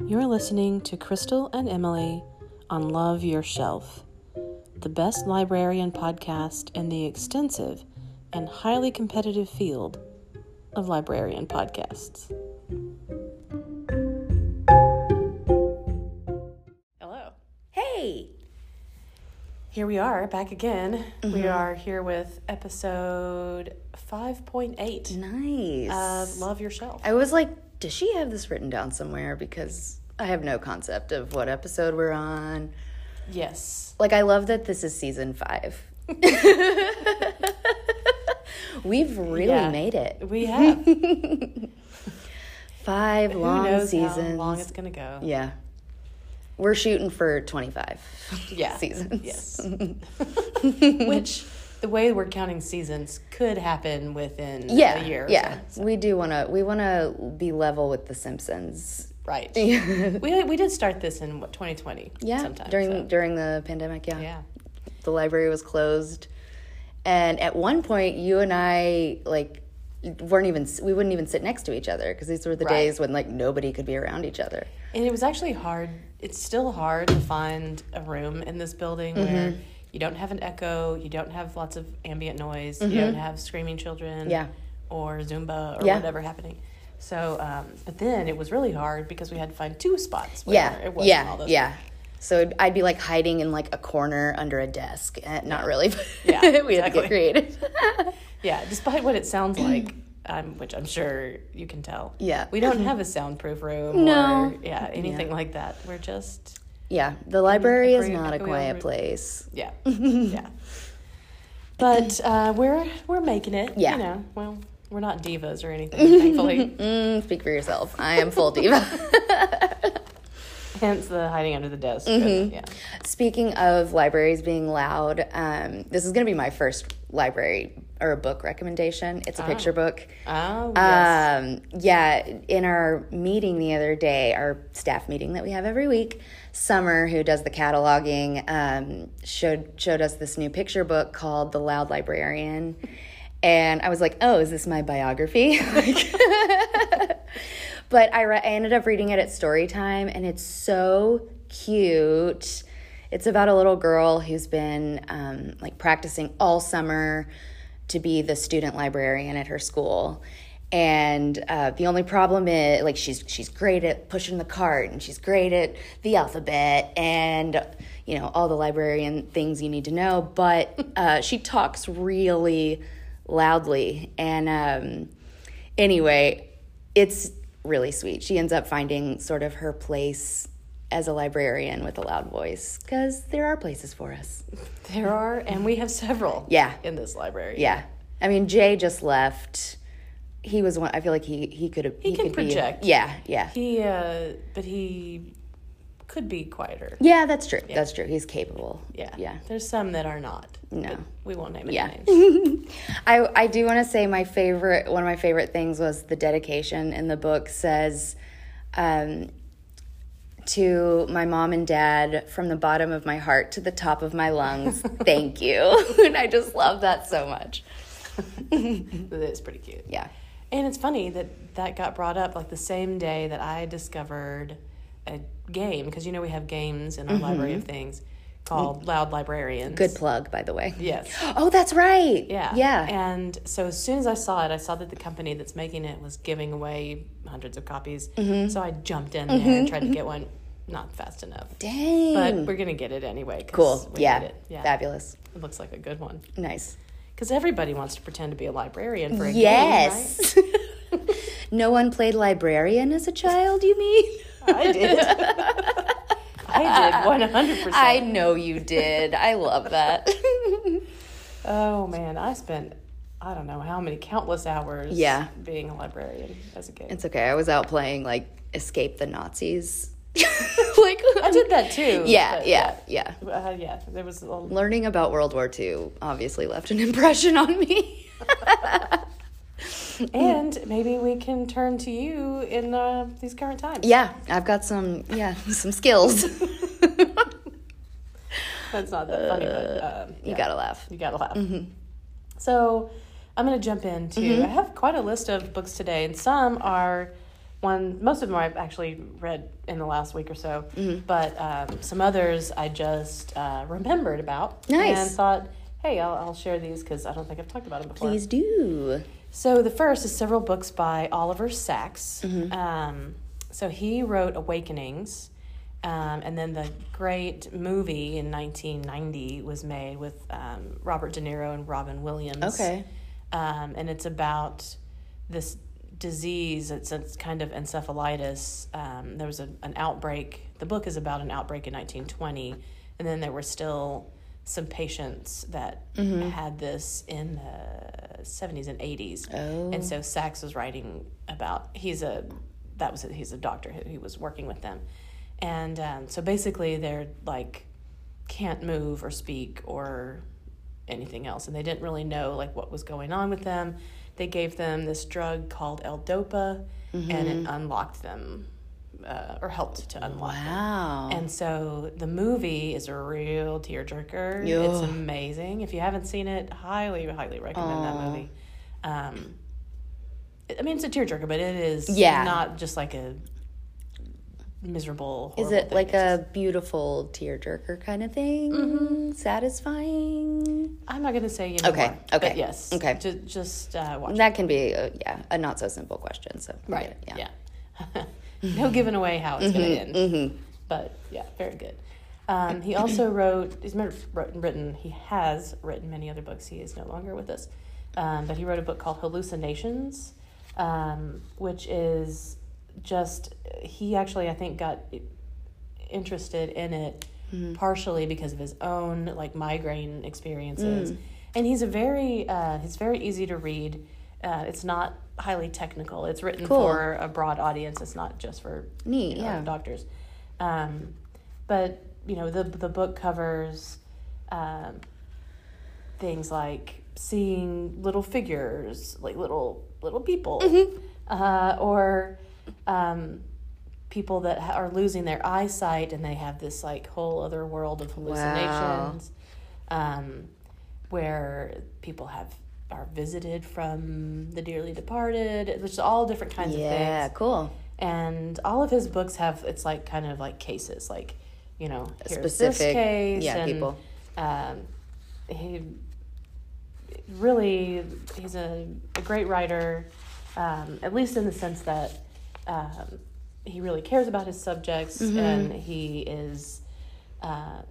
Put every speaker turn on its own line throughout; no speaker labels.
You're listening to Crystal and Emily on Love Your Shelf, the best librarian podcast in the extensive and highly competitive field of librarian podcasts. Hello.
Hey,
Here we are back again. We are here with episode 5.8
nice.
of Love Your Shelf.
Um, I was like, does she have this written down somewhere? Because I have no concept of what episode we're on.
Yes.
Like, I love that this is season five. We've really
Yeah.
made it.
We have. Who
Five long
knows
seasons.
how long it's going to go.
yeah. We're shooting for 25
yeah.
seasons.
Yes. Which the way we're counting seasons could happen within
Yeah.
a year. or
yeah.
so.
We do want to we want to be level with the Simpsons.
Right. we we did start this in what 2020.
Yeah.
Sometime,
during
so,
during the pandemic,
yeah.
the library was closed and at one point you and i like weren't even we wouldn't even sit next to each other because these were the
Right.
days when like nobody could be around each other
And it was actually hard. It's still hard to find a room in this building
Mm-hmm.
where you don't have an echo, you don't have lots of ambient noise, you don't have screaming children,
Mm-hmm. Yeah.
or Zumba or
Yeah.
whatever happening. So, um, but then it was really hard because we had to find two spots. Where
yeah
it wasn't
yeah
all those
yeah so i'd be like hiding in like a corner under a desk and not really but
Yeah,
we had to
exactly.
get creative
Yeah, despite what it sounds like, um, which I'm sure you can tell.
Yeah.
We don't have a soundproof room
No.
or yeah, anything like that. We're just
yeah the library is
agree-
not a
agree on
quiet
route.
place
yeah. yeah. But uh, we're we're making it.
Yeah.
You know, well, we're not divas or anything, thankfully.
mm, speak for yourself i am full diva
Hence the hiding under the desk.
Mm-hmm.
Yeah.
Speaking of libraries being loud, um, this is going to be my first library or a book recommendation. It's a picture book.
Oh yes.
Um, yeah, in our meeting the other day, our staff meeting that we have every week, Summer, who does the cataloging, um, showed showed us this new picture book called The Loud Librarian, and I was like, "Oh, is this my biography?" Like- but I, re- I ended up reading it at story time, and it's so cute. It's about a little girl who's been um, like practicing all summer to be the student librarian at her school. And uh, the only problem is, like, she's she's great at pushing the cart, and she's great at the alphabet, and you know all the librarian things you need to know. But uh, she talks really loudly, and um, anyway, it's really sweet. She ends up finding sort of her place as a librarian with a loud voice because there are places for us.
there are and we have several
Yeah.
in this library.
Yeah. I mean, Jay just left. He was one. I feel like he he could have. He,
can
could be-
project.
yeah, yeah,
He uh but he could be quieter.
yeah. That's true. That's true. He's capable.
Yeah.
yeah.
There's some that are not.
No.
but We won't name any
Yeah.
names.
I, I do want to say my favorite one of my favorite things was the dedication in the book says um, to my mom and dad from the bottom of my heart to the top of my lungs thank you and I just love that so much
That is pretty cute.
yeah
And it's funny that that got brought up like the same day that I discovered a game because you know we have games in our library of things called Loud Librarians.
Mm-hmm. Mm. good plug by the way
Yes.
oh that's right
Yeah.
yeah
And so as soon as I saw it, I saw that the company that's making it was giving away hundreds of copies.
Mm-hmm.
So I jumped in there and tried to get one. Not fast enough.
dang
But we're gonna get it anyway. 'cause
cool
we
yeah.
need it. yeah.
fabulous
It looks like a good one
nice
because everybody wants to pretend to be a librarian for a game, right?
yes no one played librarian as a child you mean
I did. I did one hundred
I
percent.
know you did. I love that.
Oh man, I spent I don't know how many countless hours.
Yeah.
being a librarian as a kid.
it's okay. I was out playing like Escape the Nazis. like
I did that too.
Yeah,
but,
yeah, yeah.
uh, yeah. There was a l-
Learning about World War II obviously left an impression on me.
and maybe we can turn to you in uh, these current times.
yeah, I've got some yeah, some skills.
That's not that funny, but um,
You got to laugh.
you gotta laugh. So I'm gonna jump into. I have quite a list of books today, and some are one most of them I've actually read in the last week or so, but um, some others I just uh, remembered about and
Nice.
thought, hey, I'll, I'll share these because I don't think I've talked about them before.
Please do.
So the first is several books by Oliver Sacks. Um, so he wrote Awakenings, um, and then the great movie in 1990 was made with um, Robert De Niro and Robin Williams.
Okay.
Um, and it's about this disease. It's, it's kind of encephalitis. Um, there was a, an outbreak. The book is about an outbreak in 1920, and then there were still some patients that had this in the 70s and 80s.
Oh.
And so Sachs was writing about he's a that was he's a doctor who he was working with them, and um, so basically they're like can't move or speak or anything else, and they didn't really know like what was going on with them. They gave them this drug called L-Dopa, and it unlocked them uh, or helped to unlock them.
Mm-hmm. Wow.
And so the movie is a real tearjerker. It's
Ugh.
amazing. If you haven't seen it, highly, highly recommend that
Aw.
movie. Um, I mean, it's a tearjerker, but it is
Yeah.
not just like a miserable.
Is
horrible
it
thing.
like a beautiful tearjerker kind of thing? Mm-hmm. Satisfying?
I'm not gonna say anymore.
Okay,
But
okay,
yes.
okay.
Just, just uh, watch. it.
That can be, a, yeah, a not so simple question. So I get it, Yeah. Mm-hmm,
Yeah. no giving away how it's going to end. But yeah, very good. Um, he also wrote, he's mer- wrote- written, he has written many other books. He is no longer with us. Um, but he wrote a book called Hallucinations, um, which is just, he actually, I think, got interested in it partially because of his own like migraine experiences and he's a very uh, he's very easy to read uh, it's not highly technical it's written
Cool.
for a broad audience it's not just for
Neat.
you know,
yeah.
doctors um, but you know the, the book covers um, things like seeing little figures like little little people
Mm-hmm.
uh, or um, people that ha- are losing their eyesight and they have this like whole other world of hallucinations um, where people have are visited from the dearly departed which is all different kinds of
Yeah,
things
cool.
and all of his books have it's like kind of like cases like you know here's this
Specific-
case
yeah,
and,
people.
um, he really he's a, a great writer um, at least in the sense that um, he really cares about his subjects
Mm-hmm.
and he is uh,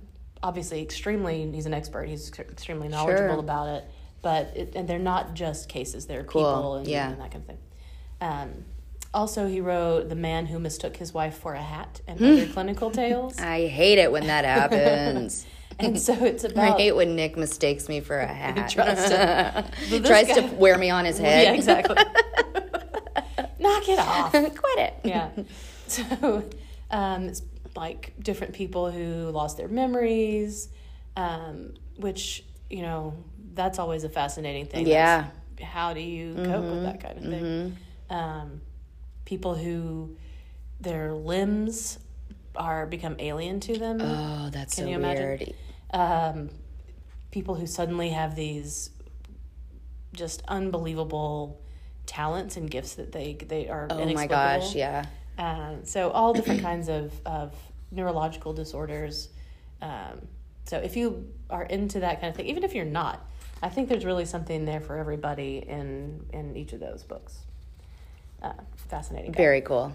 obviously extremely he's an expert he's ex- extremely knowledgeable
Sure.
about it but it, and they're not just cases they're
Cool,
people and,
yeah.
and that kind of thing um, also he wrote the man who mistook his wife for a hat and other clinical tales
Hmm. I hate it when that happens.
and so it's
I
about
hate when Nick mistakes me for a hat.
tries to, But this
Tries to
guy-
wear me on his
yeah,
head.
exactly. Knock it off.
Quit it.
Yeah. So um, it's like different people who lost their memories, um, which, you know, that's always a fascinating thing.
Yeah. Mm-hmm.
That's How do you cope with that kind of thing? Um, people who their limbs are become alien to them.
Oh, that's
Can
so
you imagine?
weird.
um, people who suddenly have these just unbelievable talents and gifts that they they are
Oh my gosh,
inexplicable.
yeah.
Um, so all different kinds of of neurological disorders. Um, so if you are into that kind of thing, even if you're not, I think there's really something there for everybody in in each of those books. Uh, fascinating. guy.
Very cool.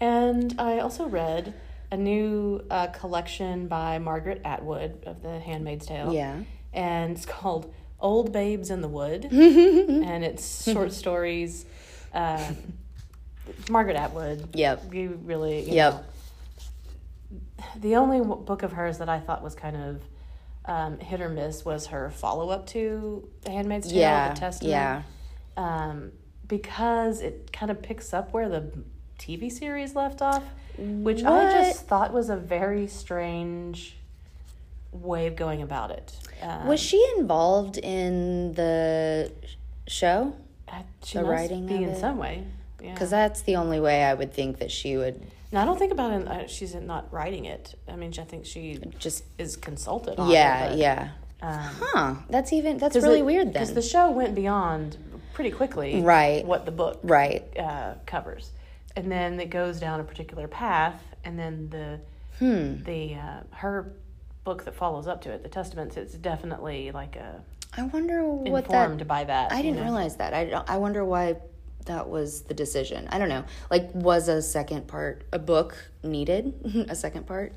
And I also read a new uh, collection by Margaret Atwood of The Handmaid's Tale.
Yeah.
And it's called Old Babes in the Wood. and it's short stories. Um, Margaret Atwood.
Yep.
You really. You
Yep.
know, the only w- book of hers that I thought was kind of um, hit or miss was her follow up to The Handmaid's Tale,
Yeah.
The Testament
Yeah.
um, because it kind of picks up where the TV series left off, which I just thought was a very strange way of going about it. Uh,
Was she involved in the show?
I- she
the
must
writing
be
of
in
it?
some way. Yeah.
Because that's the only way I would think that she would
Now, I don't think about it. Uh, she's not writing it. I mean, I think she
just.
is consulted on
yeah,
it.
yeah.
Um,
Huh. That's even. That's really weird
Because
then.
the show went beyond pretty quickly
Right.
what the book
right.
uh, covers. and then it goes down a particular path, and then the
Hmm.
the uh, her book that follows up to it, the Testaments, it's definitely like a
I wonder what that.
informed by that.
I
you
didn't
know?
realize that. I don't, I wonder why that was the decision. I don't know. Like, was a second part a book needed? a second part?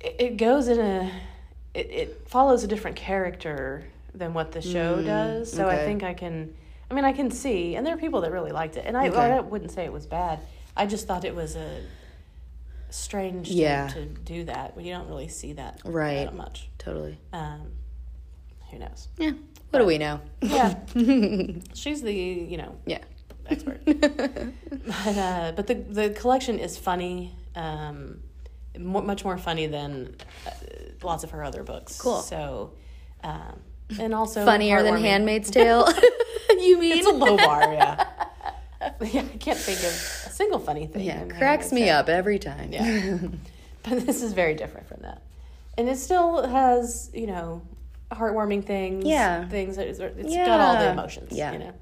It, it goes in a it, it follows a different character than what the show does. So I
Hmm, okay.
think I can. I mean, I can see, and there are people that really liked it, and I, well,
Okay.
I wouldn't say it was bad. I just thought it was a strange to-
Yeah.
to, do that. You don't really see that
Right.
that much.
Totally.
Um, who knows?
Yeah. What do we know?
Yeah, she's the you know
Yeah.
expert. but uh, but the the collection is funny, um, mo much more funny than uh, lots of her other books.
Cool.
So, um, and also
Funnier than
heartwarming.
Handmaid's Tale. you mean?
It's a low bar, yeah. yeah, I can't think of a single funny thing.
yeah.
in
Cracks
Handmaid's
me
Tale.
up every time.
Yeah. but this is very different from that, and it still has you know heartwarming things.
Yeah.
Things that is, it's got all the
Yeah.
emotions.
Yeah.
You know.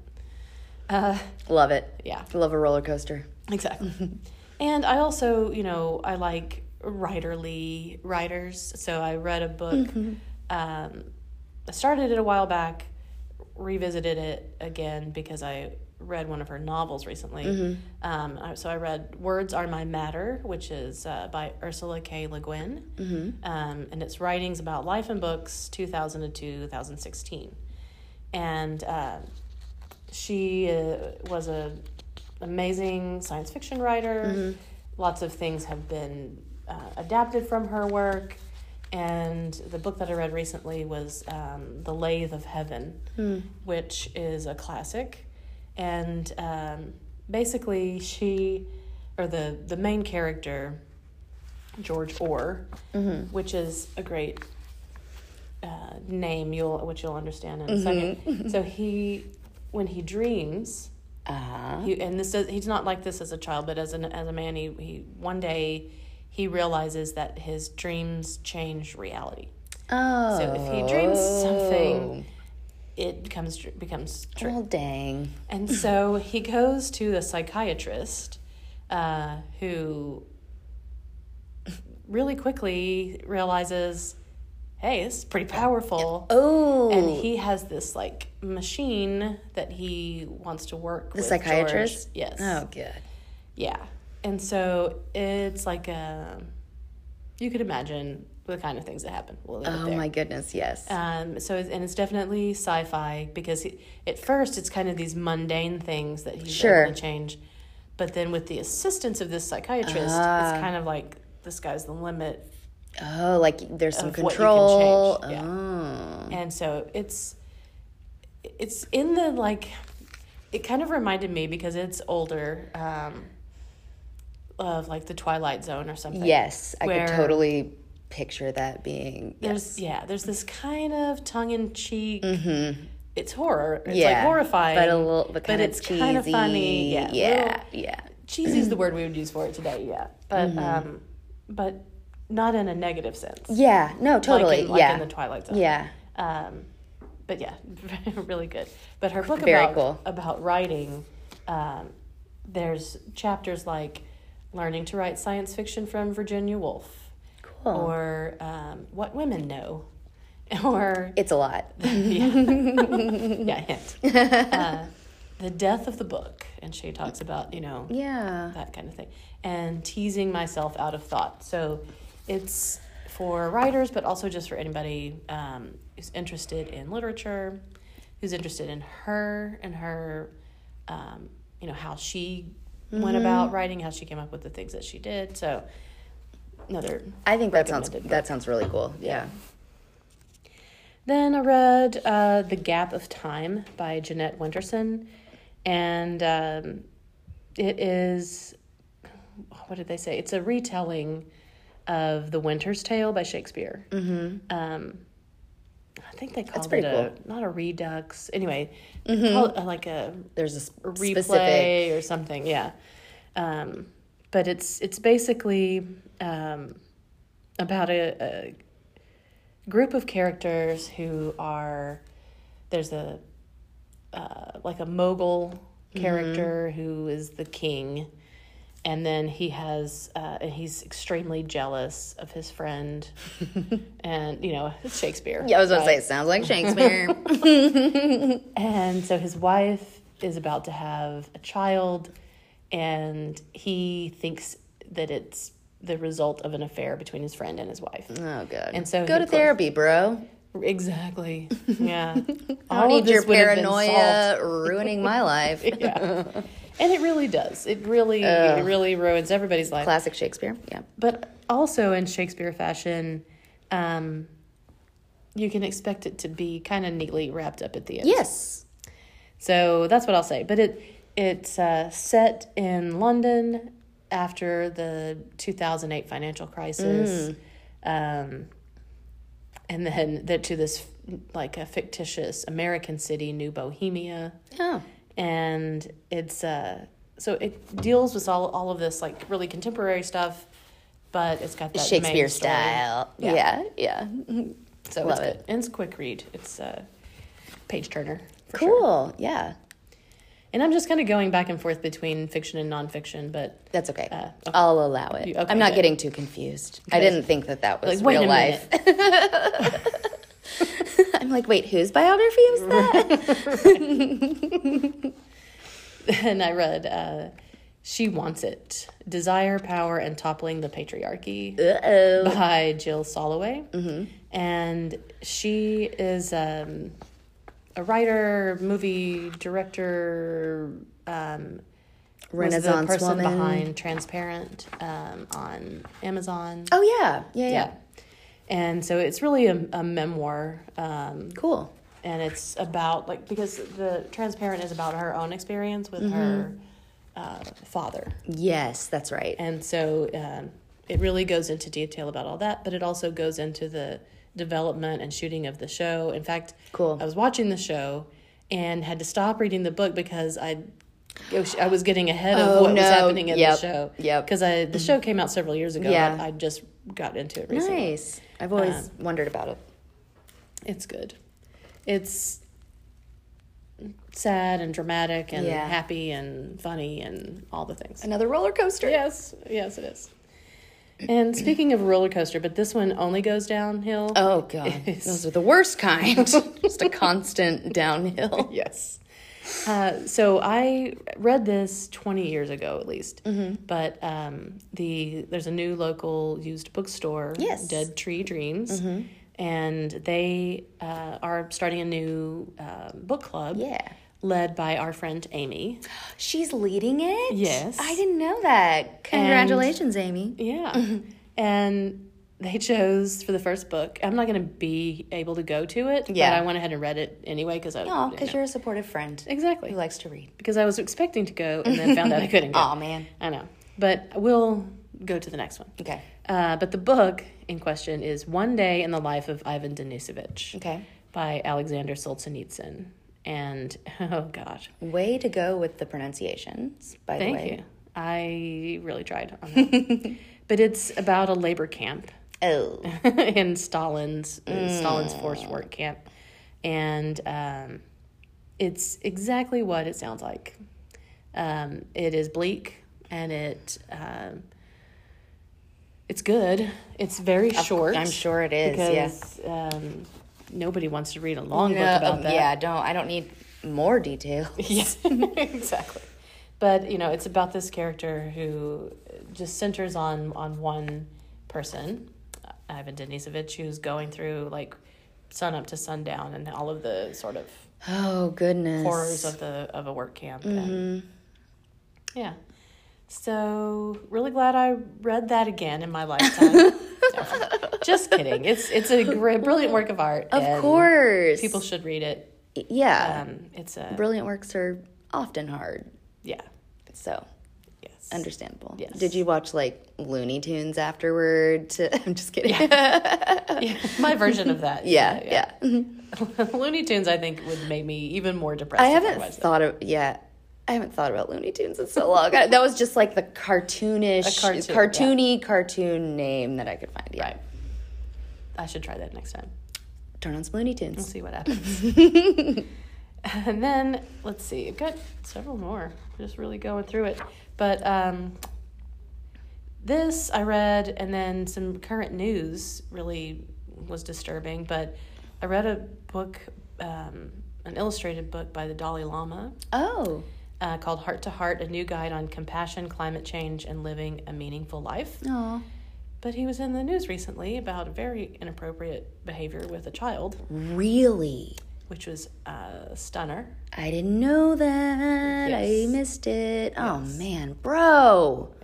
Uh,
Love it.
yeah.
Love a roller coaster.
Exactly. and I also, you know, I like writerly writers. So I read a book. Um, I started it a while back, revisited it again because I read one of her novels recently. Um, I- so I read Words Are My Matter, which is uh, by Ursula K. Le Guin. Um, and it's writings about life and books 2000 to 2016. And um she uh, was a amazing science fiction writer. Lots of things have been uh, adapted from her work. And the book that I read recently was um, The Lathe of Heaven, which is a classic. And um, basically, she, or the, the main character, George Orr, which is a great uh, name you'll which you'll understand in a second. So he, when he dreams,
Ah.
he and this does, he's not like this as a child, but as an as a man, he, he one day he realizes that his dreams change reality.
Oh.
So if he dreams something, it becomes tr- becomes true.
Well, dang.
And so he goes to a psychiatrist uh, who really quickly realizes, hey, this is pretty powerful.
Oh.
And he has this like machine that he wants to work
the
with.
psychiatrist?
George. Yes.
Oh, good.
Yeah. And so it's like a, you could imagine the kind of things that happen. We'll leave it
Oh,
there.
my goodness. Yes.
Um, so it's, and it's definitely sci-fi because he, at first it's kind of these mundane things that he's
Sure.
able to change, but then with the assistance of this psychiatrist,
Ah.
it's kind of like the sky's the limit,
oh, like there's some
of what you can
control.
change, yeah.
Oh.
and so it's it's in the like it kind of reminded me because it's older um, of like the Twilight Zone or something.
Yes. I
Where-
could totally picture that being.
There's yeah, there's this kind of tongue in cheek. It's horror. It's like
Mm-hmm. Yeah,
horrifying,
but a little- but kind of
it's kind of funny.
cheesy.
Yeah,
Yeah,
little-
yeah.
Cheesy is the word we would use for it today. Yeah, but
Mm-hmm.
um, but not in a negative sense.
Yeah. No, totally.
like in, like
yeah.
in the Twilight Zone.
yeah.
Um, but yeah, really good. But her book
Very
about
cool.
about writing, um, there's chapters like learning to write science fiction from Virginia Woolf,
Cool.
or um, what women know, or
it's a lot.
yeah, hint. Uh, the death of the book, and she talks about you know
Yeah.
that kind of thing, and teasing myself out of thought. So it's for writers, but also just for anybody um, who's interested in literature, who's interested in her and her, um, you know, how she went about writing, how she came up with the things that she did. So another.
I think that sounds
Recommended.
that sounds really cool. Yeah.
Then I read uh, The Gap of Time by Jeanette Winterson, and um, it is what did they say? It's a retelling of The Winter's Tale by Shakespeare. Mm-hmm. Um, I think they called it
pretty
a not a redux. Anyway, they call it, uh, like a
There's a sp-
a replay
specific.
or something. Yeah, um, but it's it's basically um, about a, a group of characters who are there's a uh, like a mogul
Mm-hmm.
character who is the king, and then he has uh, and he's extremely jealous of his friend, and you know it's Shakespeare.
Yeah, I was gonna say it sounds like Shakespeare.
And so his wife is about to have a child, and he thinks that it's the result of an affair between his friend and his wife.
oh, good.
And so
go
he
to
clo-
therapy, bro.
Exactly. Yeah.
I don't
All of
need your
this would have been solved.
paranoia ruining my life.
Yeah. And it really does. It really, it really ruins everybody's life.
Classic Shakespeare. Yeah.
But also in Shakespeare fashion, um, you can expect it to be kind of neatly wrapped up at the end.
Yes.
So that's what I'll say. But it it's uh, set in London after the 2008 financial crisis,
Mm.
um, and then that to this like a fictitious American city, New Bohemia,
Oh.
and it's uh, so it deals with all all of this like really contemporary stuff, but it's got that main
Shakespeare
story.
style.
Yeah.
Yeah. Yeah.
So
Love
it's
it.
good. And it's a quick read. It's uh, page turner. for sure.
Cool. Yeah.
And I'm just kind of going back and forth between fiction and nonfiction, but
That's okay.
Uh, okay.
I'll allow it.
You- okay,
I'm not
good.
getting too confused. I didn't think that that was
like, wait
real
a
life.
minute.
I'm like, wait, whose biography is that?
and I read, uh, She Wants It Desire, Power, and Toppling the Patriarchy
Uh-oh.
by Jill Soloway.
Mm-hmm.
And she is um, a writer, movie director, um, was the
Renaissance
person
woman.
behind Transparent um, on Amazon.
Oh yeah. yeah. Yeah.
yeah. And so it's really a, a memoir. Um,
Cool.
and it's about like because the transparent is about her own experience
Mm-hmm.
with her uh, father
Yes, that's right.
and so um, it really goes into detail about all that but it also goes into the development and shooting of the show in fact
Cool.
i was watching the show and had to stop reading the book because i oh, I was getting ahead of
Oh,
what
no.
was happening in
Yep.
the show.
Yep.
Because I the show came out several years ago.
Yeah.
but I just got into it recently.
nice. I've
Um,
always wondered about it.
It's good. It's sad and dramatic and
Yeah.
happy and funny and all the things.
Another roller coaster.
yes, yes, it is. And speaking of roller coaster, but this one only goes downhill.
Oh god. Those are the worst kind. Just a constant downhill.
yes. Uh, so I read this 20 years ago at least, but um, the there's a new local used bookstore,
Yes.
Dead Tree Dreams, and they uh, are starting a new uh, book club.
Yeah.
led by our friend Amy.
She's leading it?
Yes.
I didn't know that. Congratulations, Amy.
Yeah. and they chose for the first book. I'm not going to be able to go to it,
Yeah.
but I went ahead and read it anyway because I
Oh,
you
because
know.
you're a supportive friend
exactly
who likes to read.
because I was expecting to go and then found out I couldn't go.
Aw, man.
I know, but we'll go to the next one.
Okay.
Uh, but the book in question is One Day in the Life of Ivan Denisovich
Okay.
by Alexander Solzhenitsyn. And oh gosh,
Way to go with the pronunciations, by
Thank
the way.
you. I really tried on that. but it's about a labor camp
Oh.
in Stalin's uh,
Mm.
Stalin's forced work camp, and um, it's exactly what it sounds like. Um, it is bleak and it um, it's good. It's very short.
I'm sure it is. yeah.
because um, nobody wants to read a long
No,
book about that.
Yeah, don't I don't need more detail.
Yes, exactly. But you know, it's about this character who just centers on on one person, Ivan Denisovich, who's going through like sun up to sundown and all of the sort of
Oh goodness.
horrors of the of a work camp. And,
Mm-hmm.
yeah. So really glad I read that again in my lifetime. No, just kidding. It's it's a great, brilliant work of art.
Of
and
course. Uh,
people should read it.
yeah.
Um, it's a
Brilliant works are often hard.
yeah.
So
Yes.
understandable.
Yes.
Did you watch like Looney Tunes afterward? To, I'm just kidding. Yeah.
yeah, my version of that.
Yeah.
Looney Tunes, I think, would make me even more depressed.
I
if
haven't
watched it.
thought of yeah. I haven't thought about Looney Tunes in so long. I- that was just like the cartoonish,
A cartoon,
cartoony cartoon name that I could find. Yeah.
Right. I should try that next time.
Turn on some Looney Tunes.
We'll see what happens. And then let's see, I've got several more. Just really going through it, but um, this I read, and then some current news really was disturbing. But I read a book, um, an illustrated book by the Dalai Lama
Oh,
uh, called "Heart to Heart: A New Guide on Compassion, Climate Change, and Living a Meaningful Life."
oh,
But he was in the news recently about very inappropriate behavior with a child,
really?
which was a stunner.
I didn't know that.
Yes.
I missed it. Oh man, bro.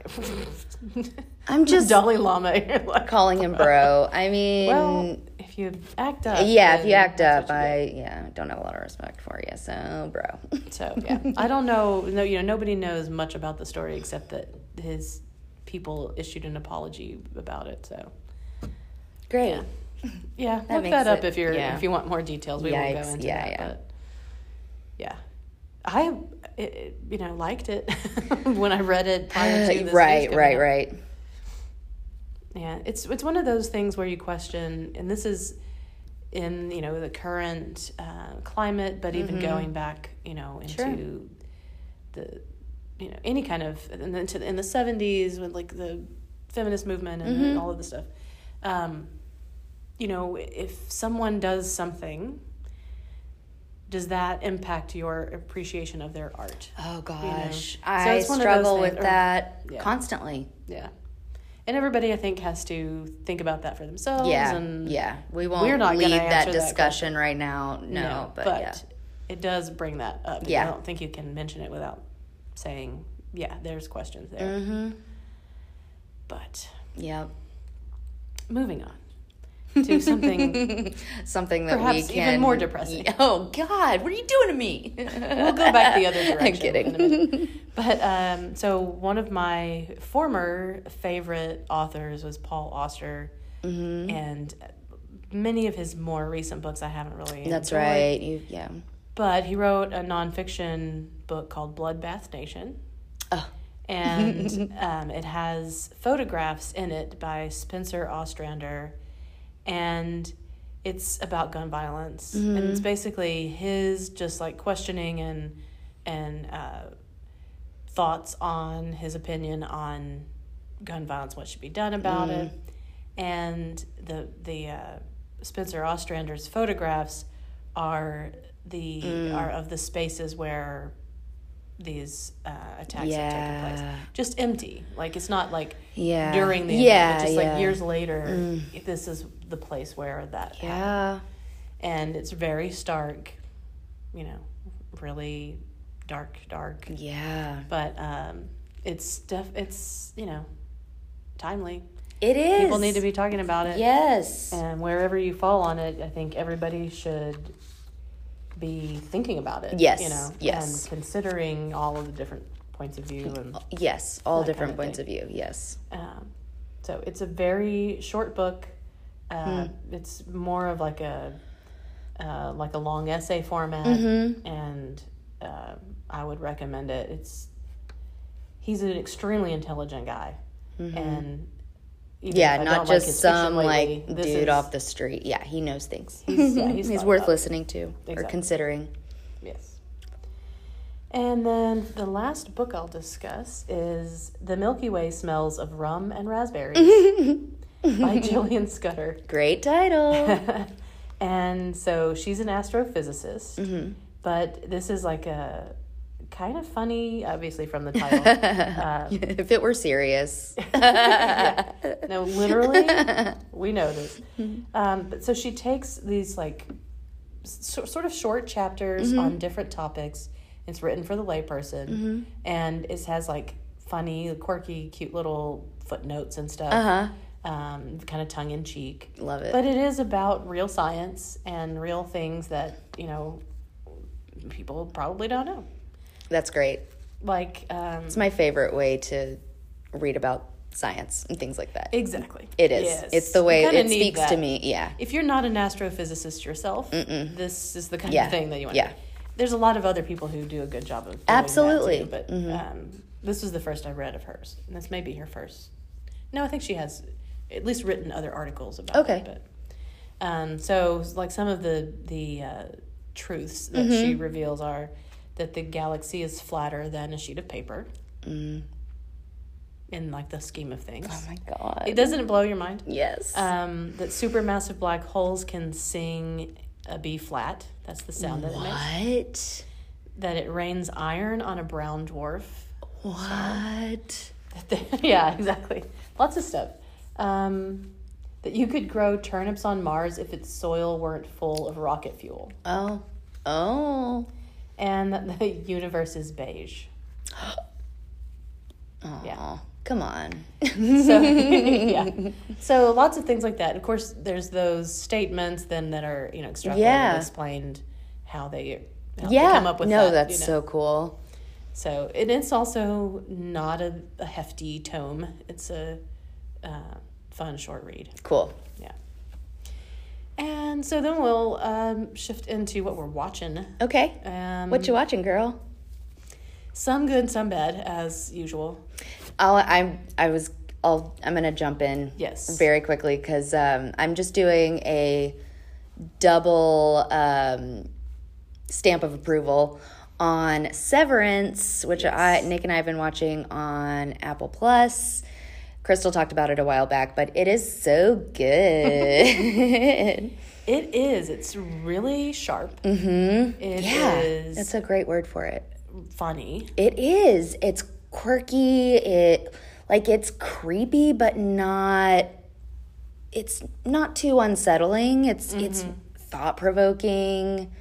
I'm just
Dalai Lama. You're like,
calling him bro. I mean,
well, if you act up.
yeah, if you
then
act up, I yeah, don't have a lot of respect for you. So, bro.
So yeah, I don't know. No, you know, nobody knows much about the story except that his people issued an apology about it. So
Great.
yeah, look
makes
that up
it-
if you're
yeah.
if you want more details. We won't
Yikes,
go into
yeah,
that.
yeah.
But yeah, I it, it- you know liked it when I read it prior to this news
right,
coming
right,
out.
right.
Yeah, it's it's one of those things where you question, and this is in you know the current uh, climate, but even going back, you know, into
Mm-hmm. Sure.
the you know any kind of and then to, in the seventies with like the feminist movement and
Mm-hmm.
all of the stuff. Um, you know, if someone does something, does that impact your appreciation of their art?
Oh
gosh.
gosh,
So
I
it's one of those
struggle
things-
with
or-
that
yeah.
constantly.
Yeah, and everybody I think has to think about that for themselves.
Yeah,
and
yeah. We won't
we're not gonna
lead
answer
that
that
discussion right now. No, but, yeah,
it does bring that up. and I
Yeah.
don't think you can mention it without saying, yeah, there's questions there.
Mm-hmm.
But
yep.
moving on to something,
Something that
Perhaps
we
even
can
more depressing.
Oh God, what are you doing to me?
we'll go back the other direction.
I'm kidding.
in a minute. But um, so one of my former favorite authors was Paul Auster,
Mm-hmm.
and many of his more recent books I haven't really.
That's
enjoyed.
right. You, yeah.
But he wrote a nonfiction book called Bloodbath Nation.
Oh.
And um, it has photographs in it by Spencer Ostrander. And it's about gun violence. And it's basically his just like questioning and, and uh, thoughts on his opinion on gun violence, what should be done about it, and the the uh, Spencer Ostrander's photographs are the are of the spaces where these uh, attacks have taken
Yeah.
place. Just empty, like it's not like
Yeah.
during the
yeah,
event, but just
yeah. Mm.
like years later, this is the place where that
Yeah.
and it's very stark, you know, really dark, dark
Yeah.
but um, it's def- it's you know timely.
It is.
People need to be talking about it,
Yes.
and wherever you fall on it, I think everybody should be thinking about it.
Yes,
you know,
yes.
and considering all of the different points of view, and
Yes. All
That kind
different
of
points of view. Yes.
um, so it's a very short book. Uh,
Hmm.
It's more of like a uh, like a long essay format,
Mm-hmm.
and uh, I would recommend it. It's he's an extremely intelligent guy, and even if
Mm-hmm. Yeah,
I
not
don't like
just
his fiction
some
lately,
like
this
dude
is-
off the street. Yeah, he knows things.
He's- yeah, he's thought
worth
about it.
listening to or
Exactly.
considering.
Yes. And then the last book I'll discuss is The Milky Way Smells of Rum and Raspberries by Jillian Scudder.
Great title.
and so she's an astrophysicist, but this is like a kind of funny, obviously from the title. Uh,
if it were serious,
no, literally, we know this. Um, but so she takes these like so, sort of short chapters on different topics. It's written for the layperson, and it has like funny, quirky, cute little footnotes and stuff. Um, kind of tongue in cheek.
Uh-huh. love it.
But it is about real science and real things that, you know, people probably don't know.
That's great.
Like, um,
It's my favorite way to read about science and things like that.
exactly.
It is.
Yes.
It's the way
You kinda
it
need
speaks to
that.
me. Yeah.
If you're not an astrophysicist yourself, this is the kind
Yeah.
of thing that you want.
Yeah.
There's a lot of other people who do a good job of doing
Absolutely. Mm-hmm.
that too, but um, this was the first I read of hers, and this may be her first. No, I think she has at least written other articles about
Okay.
it. But um, so like some of the the uh, truths that
Mm-hmm.
she reveals are that the galaxy is flatter than a sheet of paper in like the scheme of things.
Mm. Oh my god.
it doesn't it blow your mind?
yes.
Um, that supermassive black holes can sing a B flat. That's the sound that it makes.
what?
That it rains iron on a brown dwarf.
What?
yeah, exactly. Lots of stuff. Um, that you could grow turnips on Mars if its soil weren't full of rocket fuel.
Oh. Oh.
And that the universe is beige.
Aw, Come on.
So, yeah. So lots of things like that. Of course, there's those statements then that are, you know, extrapolated
Yeah.
and explained how they, how they
yeah.
come up with
no,
that,
that's
you know.
so cool.
So, and it's also not a, a hefty tome. It's a uh, fun short read.
Cool.
Yeah. And so then we'll um, shift into what we're watching.
Okay.
Um,
What you watching, girl?
some good, some bad, as usual.
I'll, I'm. I was. I'll. I'm gonna jump in.
Yes.
Very quickly because um, I'm just doing a double um, stamp of approval on Severance, which I Nick and I have been watching on Apple Plus. Crystal talked about it a while back, but it is so good.
It is. It's really sharp. Mm-hmm.
yeah,
is
that's a great word for it.
funny.
It is. It's quirky. It like it's creepy, but not. It's not too unsettling. It's
Mm-hmm.
it's thought provoking.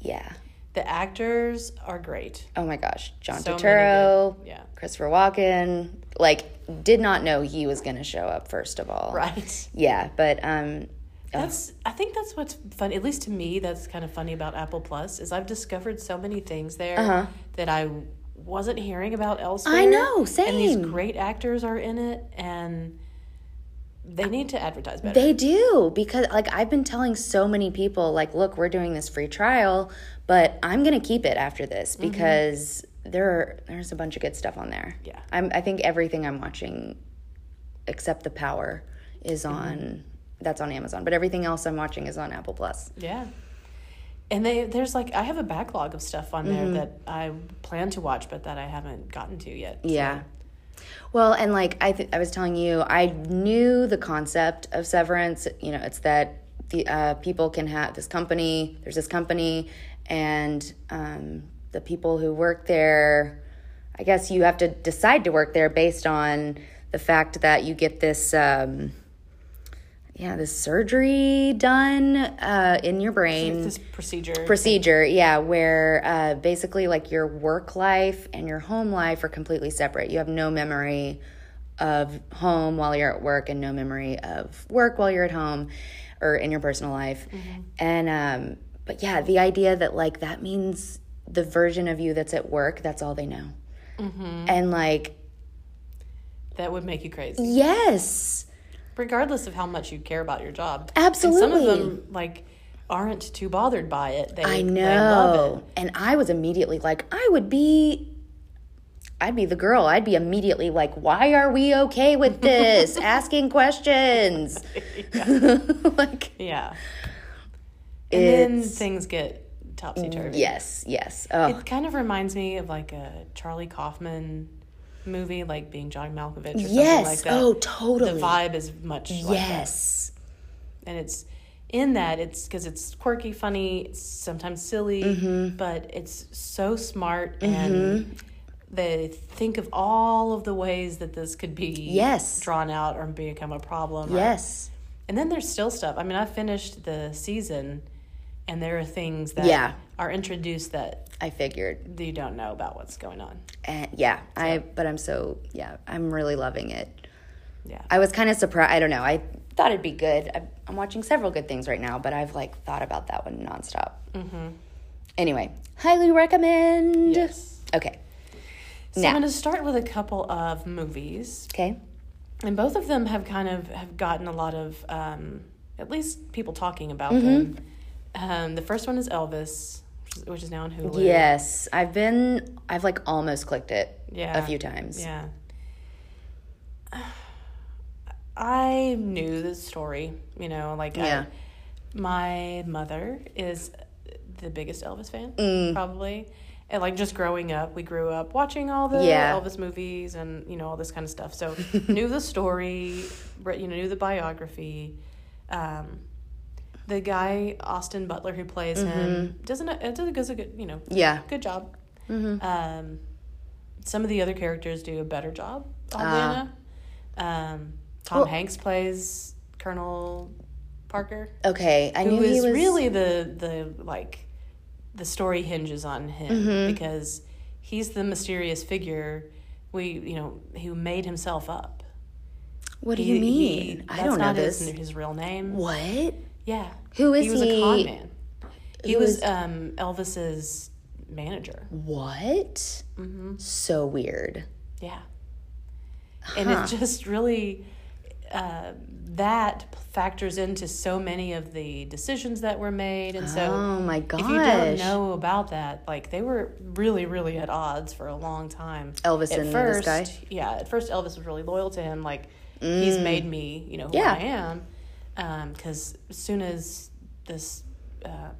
Yeah.
The actors are great.
Oh my gosh, John
So many
Turturro,
good- yeah.
Christopher Walken. Like, did not know he was going to show up. First of all,
Right.
Yeah, but um,
That's. I think that's what's fun. At least to me, that's kind of funny about Apple Plus is I've discovered so many things there that I wasn't hearing about elsewhere.
Uh-huh. know,
And these
same.
great actors are in it, and they need to advertise better.
They do because like I've been telling so many people like look, we're doing this free trial, but I'm going to keep it after this
Mm-hmm.
because there are, there's a bunch of good stuff on there.
Yeah.
I'm I think everything I'm watching except The Power is
Mm-hmm.
on that's on Amazon, but everything else I'm watching is on Apple Plus.
Yeah. And they there's like I have a backlog of stuff on
Mm-hmm.
there that I plan to watch but that I haven't gotten to yet.
Yeah. Well, and like I, th- I was telling you, I knew the concept of severance. You know, it's that the uh, people can have this company. There's this company, and um, the people who work there. I guess you have to decide to work there based on the fact that you get this. Um, yeah, this surgery done uh, in your brain
This procedure.
procedure yeah where uh, basically like your work life and your home life are completely separate you have no memory of home while you're at work and no memory of work while you're at home or in your personal life
Mm-hmm.
and um but yeah the idea that like that means the version of you that's at work that's all they know
Mm-hmm.
and like
that would make you crazy.
yes
Regardless of how much you care about your job. And some
Absolutely.
of them like aren't too bothered by it. They
I
They love it.
know. And I was immediately like, I would be I'd be the girl. I'd be immediately like, why are we okay with this? Asking questions. like
Yeah. And then things get topsy turvy.
yes, yes. Oh,
It kind of reminds me of like a Charlie Kaufman movie, like being John Malkovich or something
yes.
like that.
oh,
the
totally.
vibe is much like that.
yes.
and it's in that it's because it's quirky funny it's sometimes silly
Mm-hmm.
but it's so smart and they think of all of the ways that this could be
Yes.
drawn out or become a problem or-
Yes.
and then there's still stuff i mean i finished the season and there are things that
Yeah.
are introduced that
I figured.
you don't know about what's going on
And yeah, I but I'm so yeah, I'm really loving it.
yeah
I was kind of surprised. I don't know. I thought it'd be good. I, I'm watching several good things right now, but I've like thought about that one nonstop. Mm-hmm. Anyway, highly recommend.
yes
Okay.
so
Now.
i'm going to start with a couple of movies
Okay.
and both of them have kind of have gotten a lot of um, at least people talking about
Mm-hmm.
them. Um, the first one is Elvis, which is, which is now on Hulu.
Yes, I've been. I've like almost clicked it
yeah,
a few times.
Yeah, I knew the story. You know, like I-
Yeah.
my mother is the biggest Elvis fan, probably. And like just growing up, we grew up watching all the
Yeah.
Elvis movies and you know all this kind of stuff. So knew the story, re- you know, knew the biography. Um, the guy Austin Butler who plays him doesn't it does- does a good you know
Yeah.
good job.
Mm-hmm.
Um, some of the other characters do a better job. Oddly
Ah.
enough, um, Tom
Well-
Hanks plays Colonel Parker,
Okay. I
who
knew he
is
was
really the the like the story hinges on him
Mm-hmm.
because he's the mysterious figure we you know who made himself up.
What do you mean? I
that's
don't know
not his-
this.
his real name.
What?
Yeah.
Who is
he was a con
he?
man. He
Who
was
is-
um, Elvis's manager.
What?
Mm-hmm.
So weird.
Yeah. And it's just really uh, that factors into so many of the decisions that were made, and so
oh my gosh.
if you don't know about that, like they were really, really at odds for a long time.
Elvis
at
and this
first,
guy? Mm.
yeah. At first, Elvis was really loyal to him. Like he's made me, you know, who
Yeah.
I am. Because as soon as this um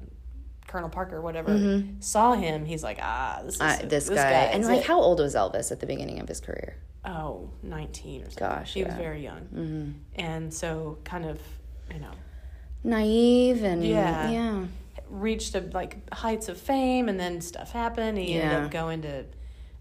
Colonel Parker, whatever, saw him, he's like, ah, this is
Uh,
it.
Mm-hmm. this, guy. and
is
like,
it.
how old was Elvis at the beginning of his career?
oh, 19 or something.
Gosh,
he was
yeah. Mm-hmm.
very young, and so kind of, you know,
Naive and
Yeah.
yeah.
reached a, like heights of fame, and then stuff happened. He ended
Yeah.
up going to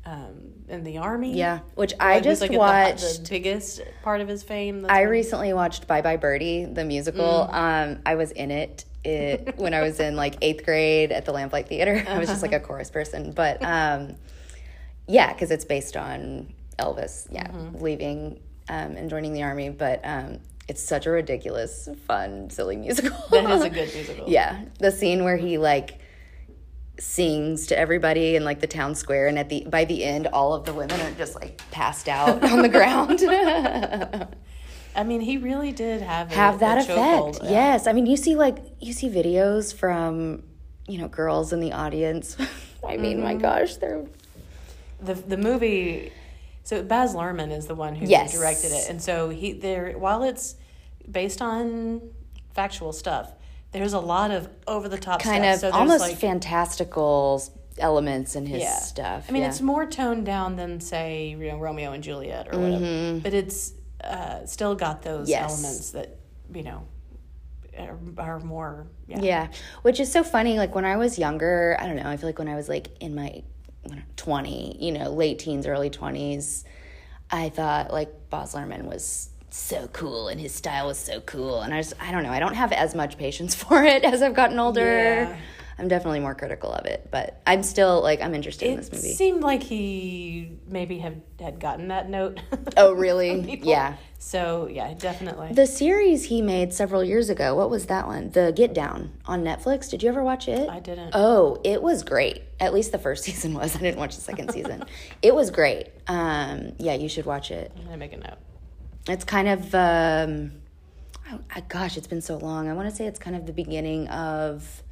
um, in the army.
Yeah, which
Like,
I
was,
just
like, at the-
watched.
the, biggest part of his fame. That's
I
when-
recently watched Bye Bye Birdie, the musical.
Mm.
Um, I was in it, it when I was in like eighth grade at the Lamplight Theater. I was just like
Uh-huh.
a chorus person, but um, yeah, because it's based on Elvis, yeah,
Mm-hmm.
leaving um, and joining the army. But um, it's such a ridiculous, fun, silly musical.
that is a good musical.
Yeah, the scene where he like sings to everybody in like the town square, and at the by the end, all of the women are just like passed out on the ground.
I mean, he really did have a,
Have that
a
effect,
chokehold.
yes. I mean, you see like you see videos from you know girls in the audience. I mean, my
Mm-hmm.
gosh, they're
The the movie. So Baz Luhrmann is the one who
Yes.
directed it, and so he there while it's based on factual stuff, there's a lot of over the top
kind
stuff.
of
so there's,
almost
like,
fantastical s- elements in his
yeah.
stuff.
I mean,
yeah.
it's more toned down than say you know, Romeo and Juliet or whatever, but it's uh, still got those
Mm-hmm. Yes.
elements that you know are, are more yeah.
Yeah, which is so funny. Like when I was younger, I don't know. I feel like when I was like in my twenty, you know, late teens, early twenties, I thought like Boz Lerman was so cool and his style was so cool, and I just I don't know. I don't have as much patience for it as I've gotten older.
Yeah.
I'm definitely more critical of it, but I'm still like I'm interested in this
It
movie.
seemed like he maybe had had gotten that note.
Oh, really?
people.
Yeah.
So yeah, definitely.
The series he made several years ago. What was that one? The Get Down on Netflix. Did you ever watch it?
I didn't.
Oh, it was great. At least the first season was. I didn't watch the second season. It was great. Um, yeah, you should watch it.
I'm gonna make a note.
It's kind of, um, oh, I- gosh, it's been so long. I want to say it's kind of the beginning of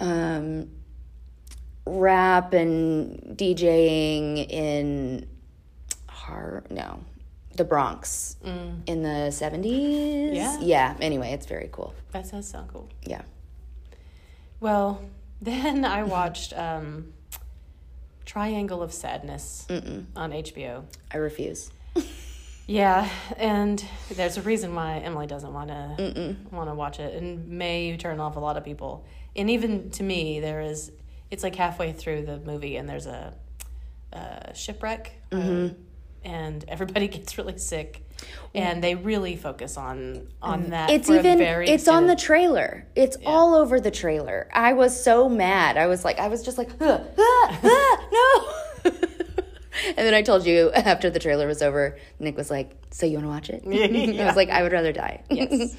um, rap and DJing in Har no, the Bronx in the 70s.
Yeah.
Yeah. Anyway, it's very cool.
That does sound cool.
Yeah.
Well, then I watched um, Triangle of Sadness on HBO.
I refuse.
Yeah, and there's a reason why Emily doesn't want to want to watch it, and may turn off a lot of people. And even to me, there is it's like halfway through the movie, and there's a, a shipwreck, um,
Mm-hmm.
and everybody gets really sick, and they really focus on on that.
Mm. it's
for a
even
very
it's on the
extended-
trailer it's all over the trailer i was so mad i was like i was just like "Ugh, ah, ah, no and then i told you after the trailer was over nick was like so you want to watch it i was like i would rather die
yes.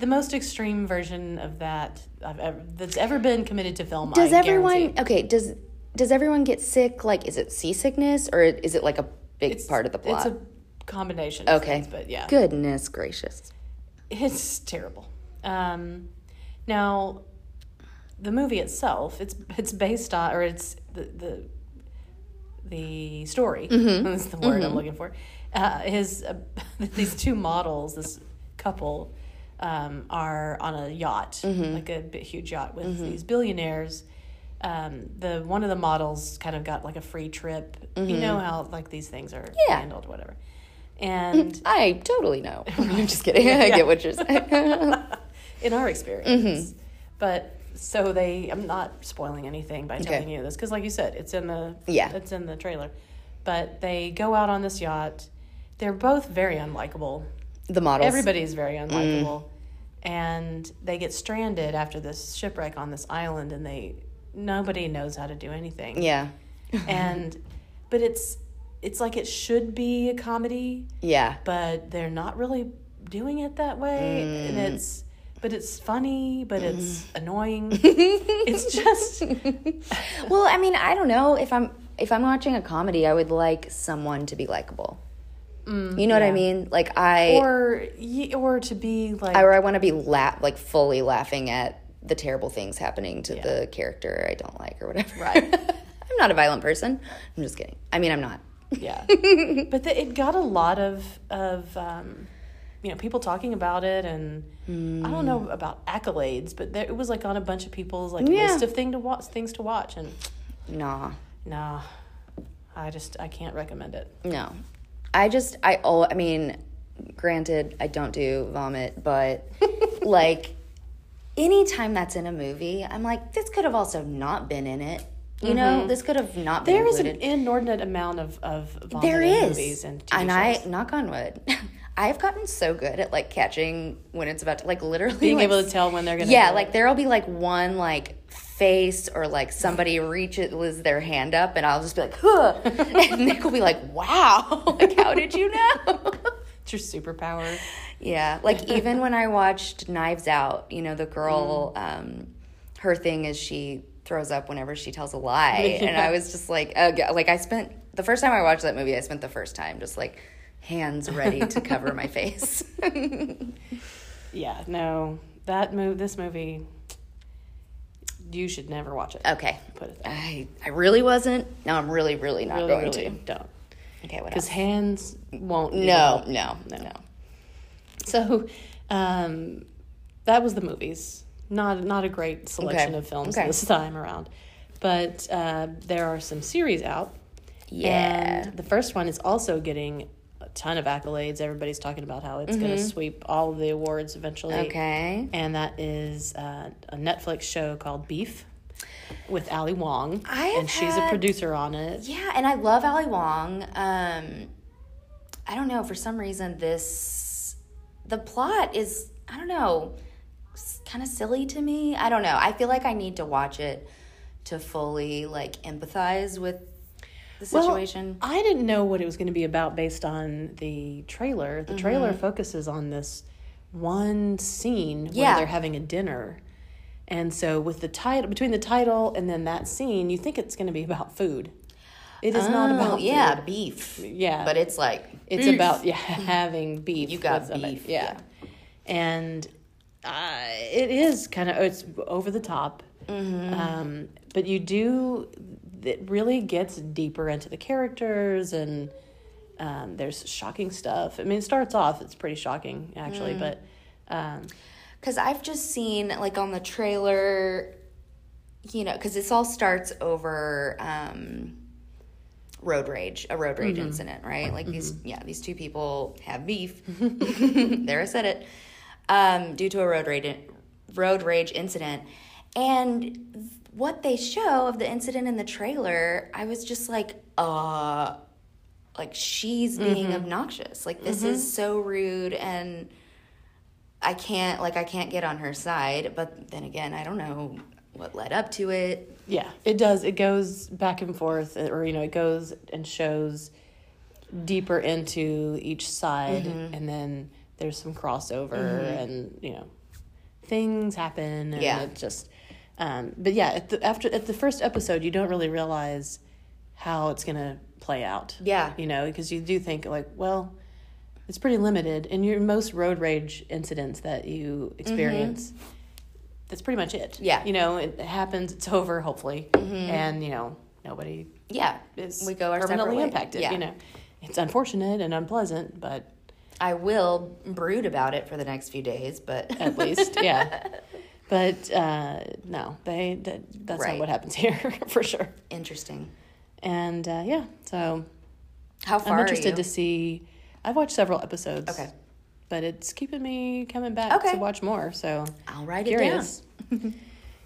The most extreme version of that I've ever, that's ever been committed to film.
does
I
everyone
guarantee.
okay does does everyone get sick like is it seasickness or is it like a big part of the plot
It's a combination. Of
Okay.
things, but yeah,
goodness gracious
It's terrible. Um, now, the movie itself, it's it's based on, or it's the the, the story. That's the word I'm looking for. Uh, is uh, these two models, this couple, um, are on a yacht, like a big, huge yacht with these billionaires. Um, the one of the models kind of got like a free trip. You know how like these things are
Yeah.
handled, whatever. And
I totally know. I'm just kidding. I get what you're saying.
in our experience. But so they, I'm not spoiling anything by telling you this because, like you said, it's in the
Yeah.
it's in the trailer. But they go out on this yacht. They're both very unlikable.
the models.
Everybody is very
Mm.
unlikable, and they get stranded after this shipwreck on this island, and they nobody knows how to do anything.
Yeah.
And but it's it's like it should be a comedy,
Yeah.
but they're not really doing it that way and
Mm.
it's but it's funny but it's annoying it's just
Well, I mean, I don't know if I'm if I'm watching a comedy, I would like someone to be likable. you know what I
Mm, yeah.
mean? Like I or,
or ye- or to be like
I, want to be laugh like fully laughing at the terrible things happening to the character I don't like or whatever.
Right.
I'm not a violent person. I'm just kidding. I mean, I'm not.
yeah but the, it got a lot of of um you know people talking about it and i don't know about accolades but there, it was like on a bunch of people's like
Mm. Yeah.
list of thing to watch things to watch and
Nah.
nah i just i can't recommend it
No. I just I all I mean, granted I don't do vomit, but like anytime that's in a movie, I'm like this could have also not been in it. You know, this could have not been
Mm-hmm. there is an
included.
inordinate amount of of vomiting
there is.
movies and TV
and
shows.
I knock on wood. I've gotten so good at like catching when it's about to like literally
being
like,
able to tell when they're gonna
yeah
do
like there'll be like one like face or like somebody reaches their hand up and i'll just be like huh and nick will be like wow like how did you know
it. it's your superpower
yeah like even when i watched knives out you know the girl
Mm.
um her thing is she throws up whenever she tells a lie and i was just like oh God. like i spent the first time i watched that movie i spent the first time just like hands ready to cover my face
yeah no that move this movie you should never watch it
okay
put it that
i i really wasn't no i'm really really not
really
going
really
to
don't
okay what
because
else?
hands won't do
No,
that.
no, no,
so um that was the movies not not a great selection
Okay.
of films
Okay.
this time around but uh, there are some series out
Yeah.
And the first one is also getting a ton of accolades. Everybody's talking about how it's going to sweep all of the awards eventually.
Mm-hmm. okay.
And that is uh, a Netflix show called Beef with Ali Wong.
I have
and she's a
had-
producer on it.
Yeah, and I love Ali Wong. Um, I don't know for some reason this the plot is I don't know kind of silly to me. I don't know. I feel like I need to watch it to fully like empathize with the situation.
Well, I didn't know what it was going to be about based on the trailer. The trailer focuses on this one scene
Yeah.
where they're having a dinner. And so with the title between the title and then that scene, you think it's going to be about food. It is not
oh
about
yeah, beef.
Yeah.
But it's like
It's about yeah having beef.
You got
with somebody.
beef,
yeah. And uh, it is kind of it's over the top,
Mm-hmm.
um, but you do it really gets deeper into the characters and um, there's shocking stuff. I mean, it starts off it's pretty shocking
Mm.
actually, but um,
Because I've just seen, like, on the trailer, you know, because this all starts over um, road rage, a road rage incident, right? Like, these, yeah, these two people have beef. there I said it. Um, due to a road rage, road rage incident. And what they show of the incident in the trailer, I was just like, uh, like she's being obnoxious. Like this is so rude and I can't like I can't get on her side, but then again, I don't know what led up to it.
yeah, it does. It goes back and forth, uh, or you know, it goes and shows deeper into each side,
Mm-hmm.
and then there's some crossover, and you know, things happen. And
Yeah.
it just. Um, but yeah, at the, after at the first episode, you don't really realize how it's gonna play out.
Yeah.
you know, because you do think like, well, it's pretty limited, and your most road rage incidents that you experience that's pretty much it.
Mm-hmm. Yeah.
You know, it happens, it's over, hopefully. And, you know, nobody
Yeah,
is
we go our separate
permanently
way.
impacted.
Yeah.
You know, it's unfortunate and unpleasant, but
I will brood about it for the next few days, but
at least yeah but uh, no they that, that's not
Right.
what happens here for sure
interesting.
and uh, yeah so
How far
i'm
are
interested
you?
to see i've watched several episodes
Okay.
but it's keeping me coming back
Okay.
to watch more so
I'll write
curious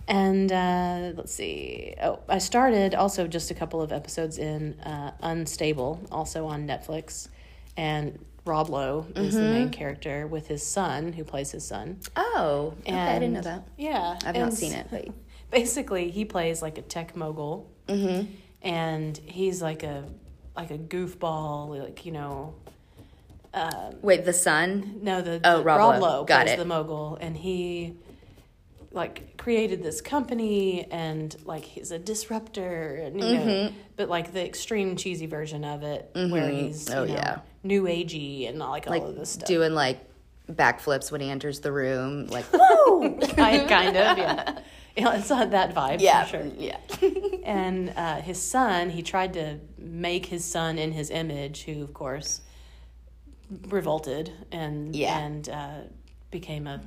and uh, let's see oh i started also just a couple of episodes in uh, unstable also on netflix and rob lowe is the main character with his son who plays his son
it down. Oh, okay, I didn't know
And-
that.
Yeah,
I've
and
not
s-
seen it, but
Basically, he plays like a tech mogul,
Mm-hmm.
and he's like a like a goofball, like you know.
wait, the sun.
No, the
Oh,
the-
Rob Lowe. Got
plays
it.
the mogul, and he like created this company, and like he's a disruptor, and, you
Mm-hmm.
know, but like the extreme cheesy version of it, where he's
Oh,
you know,
yeah.
new agey and all, like, all of this
Like
stuff.
doing like backflips when he enters the room, like
kind kind of, yeah. Yeah, it's not that vibe.
yeah,
for sure.
yeah.
and uh, his son, he tried to make his son in his image, who of course revolted and
Yeah.
and uh, became a.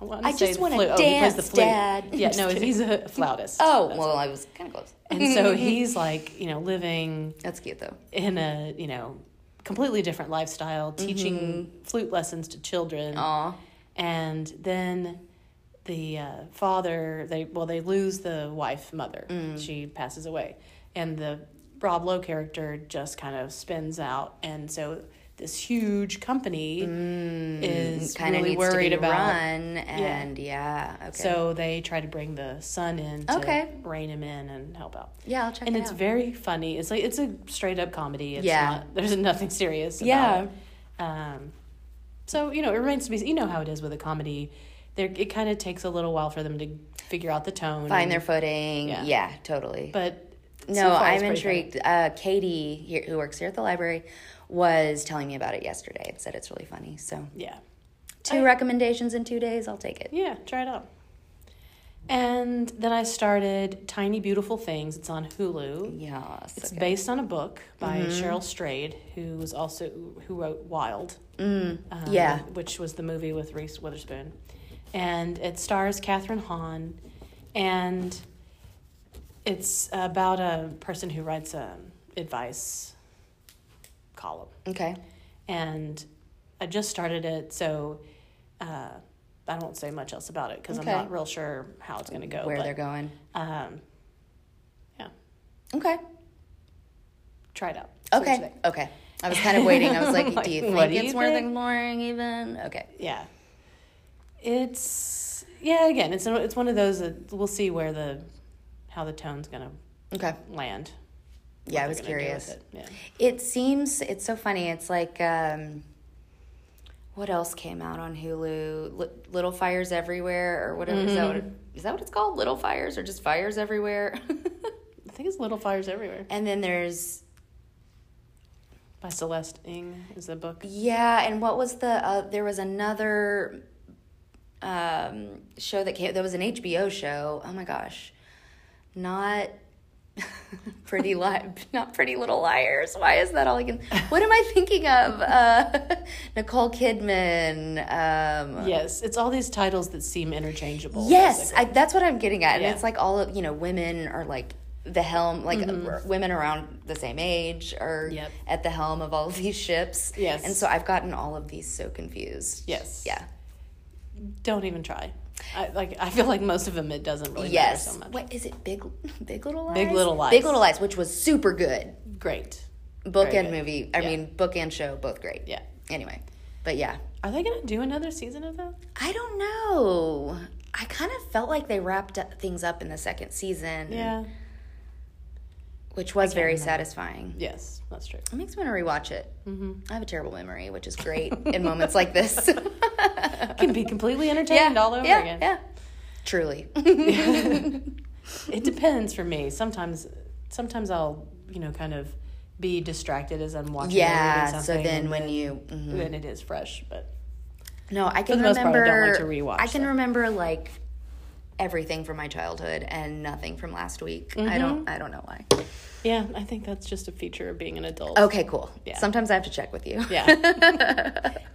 I, wanna
I
say
just
the
wanna
flute- oh, he plays the
dance,
flute.
Dad.
Yeah, no, he's a flautist.
Oh, well, I was kind of close.
and so he's like you know living
That's cute though.
in a you know completely different lifestyle, teaching flute lessons to children
Mm-hmm. Aw,
and then the uh, father they well they lose the wife mother
Mm.
she passes away and the rob lowe character just kind of spins out and so this huge company is
kind of
really
Mm, needs
worried
to be
about
run, and yeah, okay.
so they try to bring the son in to
Okay.
rein him in and help out
yeah, I'll check
and
it
it's
out.
very funny. It's like it's a straight up comedy. It's
Yeah.
not there's nothing serious. About
Yeah.
It. Um, so you know, it remains to be. You know how it is with a comedy. There, it kind of takes a little while for them to figure out the tone.
Find
and-
their footing.
Yeah.
Yeah, totally.
But so
no,
far it's
I'm
pretty funny.
intrigued. Uh, Katie, here, who works here at the library, was telling me about it yesterday and said it's really funny. So
Yeah.
two recommendations in two days. I'll take it.
Yeah, try it out. And then I started Tiny Beautiful Things. It's on Hulu.
Yes.
It's
okay. Mm-hmm.
based on a book by Cheryl Strayed, who was also who wrote Wild. um,
mm, yeah.
which was the movie with Reese Witherspoon, and it stars Katherine Hahn, and it's about a person who writes a advice column,
Okay.
and I just started it, so uh, I won't say much else about it because
Okay.
I'm not real sure how it's going to go.
Where
oh, but,
they're going.
Um, yeah,
Okay.
try it out. See what you
Okay.
think.
Okay. I was kind of waiting. I was like,
Like,
do you
what
think
do you
it's worth
think?
ignoring even? Okay.
yeah it's yeah again it's it's one of those that we'll see where the how the tone's gonna
Okay.
land what
Yeah, I
they're
was
gonna do with
curious.
it. yeah
It seems it's so funny. It's like um, what else came out on Hulu? Li- Little Fires Everywhere or whatever. Is that what it, is that what it's called? Little Fires or just Fires Everywhere?
i think it's little fires everywhere
and then there's
by celeste ng is the book
yeah, and what was the uh, there was another um, show that came. There was an HBO show. Oh my gosh, not. pretty li- not pretty little liars why is that all i can what am i thinking of uh, nicole kidman um,
yes it's all these titles that seem interchangeable
Yes,
basically.
I, that's what I'm getting at. And
Yeah.
it's like all of, you know, women are like the helm, like uh, women around the same age are
Mm-hmm. Yep.
at the helm of all of these ships.
Yes.
And so I've gotten all of these so confused.
Yes.
Yeah.
don't even try I, like i feel like most of them it doesn't really
yes.
matter so much
what is it? Big Big Little Lies?
Big Little Lies.
Big Little Lies, which was super good.
great
Book
Very
and
good.
movie. I
Yeah.
mean, book and show, both great.
yeah
Anyway, but yeah.
are they gonna do another season of that
I don't know. I kind of felt like they wrapped up things up in the second season,
yeah
which was very satisfying.
yes that's true
It makes me want to rewatch it.
Mm-hmm.
I have a terrible memory, which is great in moments like this.
can be completely entertained all over
yeah,
again
Yeah, truly.
it depends for me. Sometimes, sometimes I'll you know kind of be distracted as I'm watching. or reading
yeah. So
something,
then,
and
when you mhm.
then it is fresh, but
no, I can
the most part, I
remember.
don't like to rewatch
I can
them.
remember like everything from my childhood and nothing from last week.
Mm-hmm.
I don't I don't know why.
Yeah, I think that's just a feature of being an adult.
Okay, cool. Sometimes I have to check with you.
Yeah.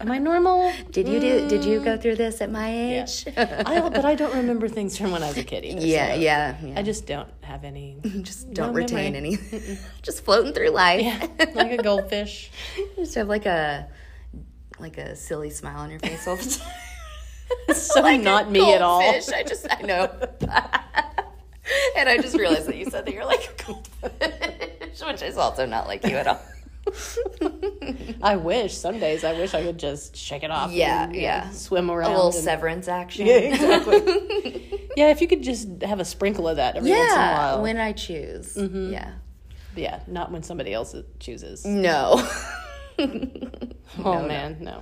Am I normal?
Did you do did you
Mm.
go through this at my age?
I, but I don't remember things from when I was a kid either. so
Yeah, yeah. yeah.
I just don't have any.
just
no
don't retain
memory.
any. just floating through life.
like a goldfish.
just have like a like a silly smile on your face all the time.
So
like a
not me at all.
goldfish. I just I know. and I just realized that you said that you're like a goldfish, which is also not like you at all.
I wish some days I wish I could just shake it off.
Yeah,
and, you know,
yeah.
swim around.
A little
and-
severance action.
Yeah, exactly. yeah, if you could just have a sprinkle of that every once in a
Yeah,
while. Mm-hmm.
when I choose. Yeah.
yeah, not when somebody else chooses.
No.
oh man, no.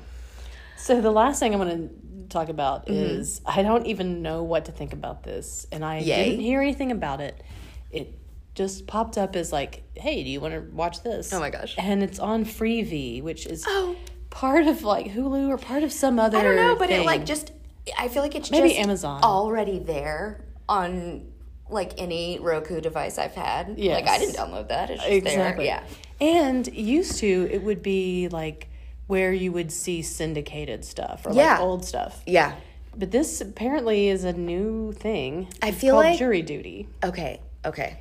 So the last thing I want to talk about
Mm-hmm.
is I don't even know what to think about this, and I
Yay.
didn't hear anything about it. It just popped up as like, "Hey, do you want to watch this?"
Oh my gosh.
And it's on Freevee, which is
Oh.
part of like Hulu or part of some other.
I don't know, but it
thing.
like just I feel like it's
Maybe
just
Amazon.
already there on like any Roku device I've had. Yeah, Like I
Yes.
didn't download that. It's just
exactly.
there. Yeah.
And used to it would be like where you would see syndicated stuff or
Yeah.
like old stuff.
Yeah.
But this apparently is a new thing.
I
It's
feel
called
like-
jury duty.
Okay. Okay.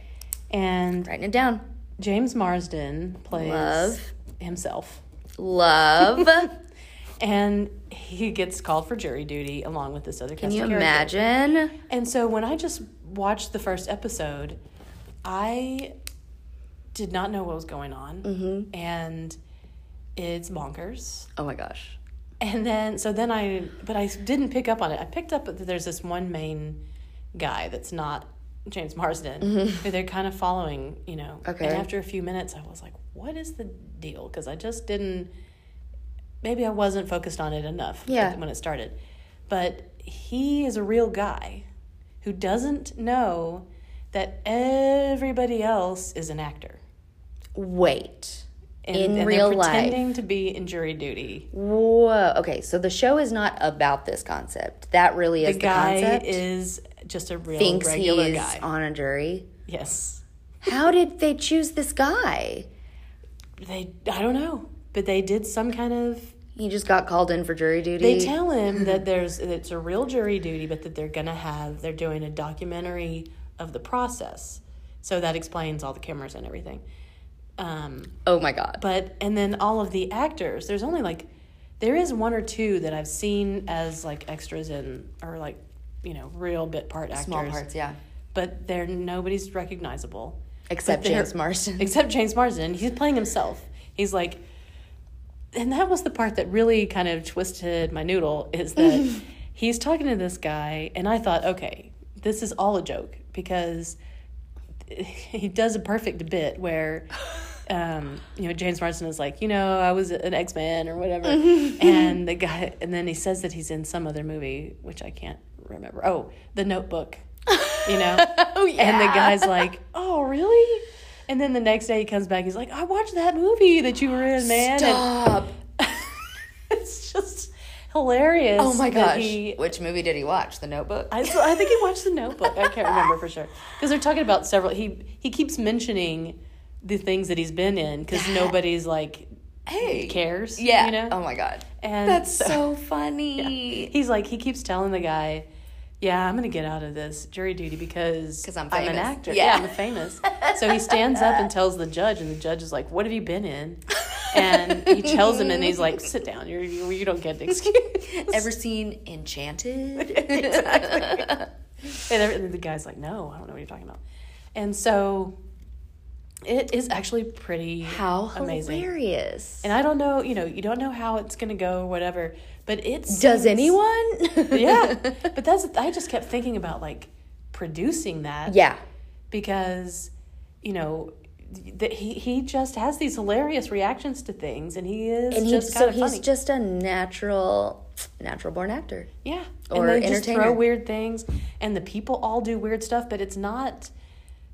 And
Writing it down.
James Marsden plays
Love.
himself.
Love. Can
And he gets called for jury duty along with this other cast
you
of characters.
imagine?
And so when I just watched the first episode, I did not know what was going on.
Mm-hmm.
And it's bonkers.
Oh my gosh.
And then, so then I, but I didn't pick up on it. I picked up that there's this one main guy that's not James Marsden, who they're kind of following, you know.
Mm-hmm. Okay.
And after a few minutes, I was like, what is the deal? Because I just didn't, maybe I wasn't focused on it enough
Yeah.
when it started. But he is a real guy who doesn't know that everybody else is an actor.
Wait.
And,
In
and
real
they're
life.
pretending to be in jury duty.
Whoa. Okay, so the show is not about this concept. That really is
the
the,
guy
concept.
is just a real
Thinks
regular
he's
guy.
on a jury.
yes,
How did they choose this guy?
they. I don't know, but they did some kind of.
He just got called in for jury duty.
They tell him that there's that it's a real jury duty, but that they're gonna have they're doing a documentary of the process, so that explains all the cameras and everything. Um,
oh my god.
but and then all of the actors, there's only like there is one or two that I've seen as like extras in or like you know real bit part actors,
Small parts, yeah.
but they're nobody's recognizable.
Except
they're-
James Marsden.
except James Marsden. He's playing himself. He's like, and that was the part that really kind of twisted my noodle is that he's talking to this guy, and I thought, okay, this is all a joke because he does a perfect bit where. Um, you know, James Marsden is like, you know, I was an X Man or whatever, and the guy, and then he says that he's in some other movie, which I can't remember. Oh, The Notebook, you know,
Oh yeah.
and the guy's like, "Oh, really?" And then the next day he comes back. He's like, "I watched that movie that you were in, man." And
Stop.
it's just hilarious.
Oh my
that
gosh.
he-
Which movie did he watch? The Notebook.
I, so I think he watched The Notebook. I can't remember for sure because they're talking about several. He he keeps mentioning the things that he's been in because nobody's like
hey.
cares.
Yeah.
you know.
Oh my god.
and
That's
so-
so funny.
he's like he keeps telling the guy. Yeah, I'm gonna get out of this jury duty because
'Cause I'm
an
famous."
actor.
Yeah.
I'm famous. So he stands up and tells the judge, and the judge is like, "What have you been in?" And he tells him, and he's like, "Sit down. You're, you you don't get an excuse."
Ever seen Enchanted?
and, every, and the guy's like, "No, I don't know what you're talking about." And so it is actually pretty
How
amazing.
hilarious.
And I don't know, you know, you don't know how it's gonna go or whatever, but it's
Does anyone?
yeah. But that's I just kept thinking about like producing that.
yeah.
because you know that he he just has these hilarious reactions to things, and he is
And he's
just
so
kind of
he's
funny.
just a natural natural born actor.
yeah,
or
and they just
entertainer.
throw weird things, and the people all do weird stuff, but it's not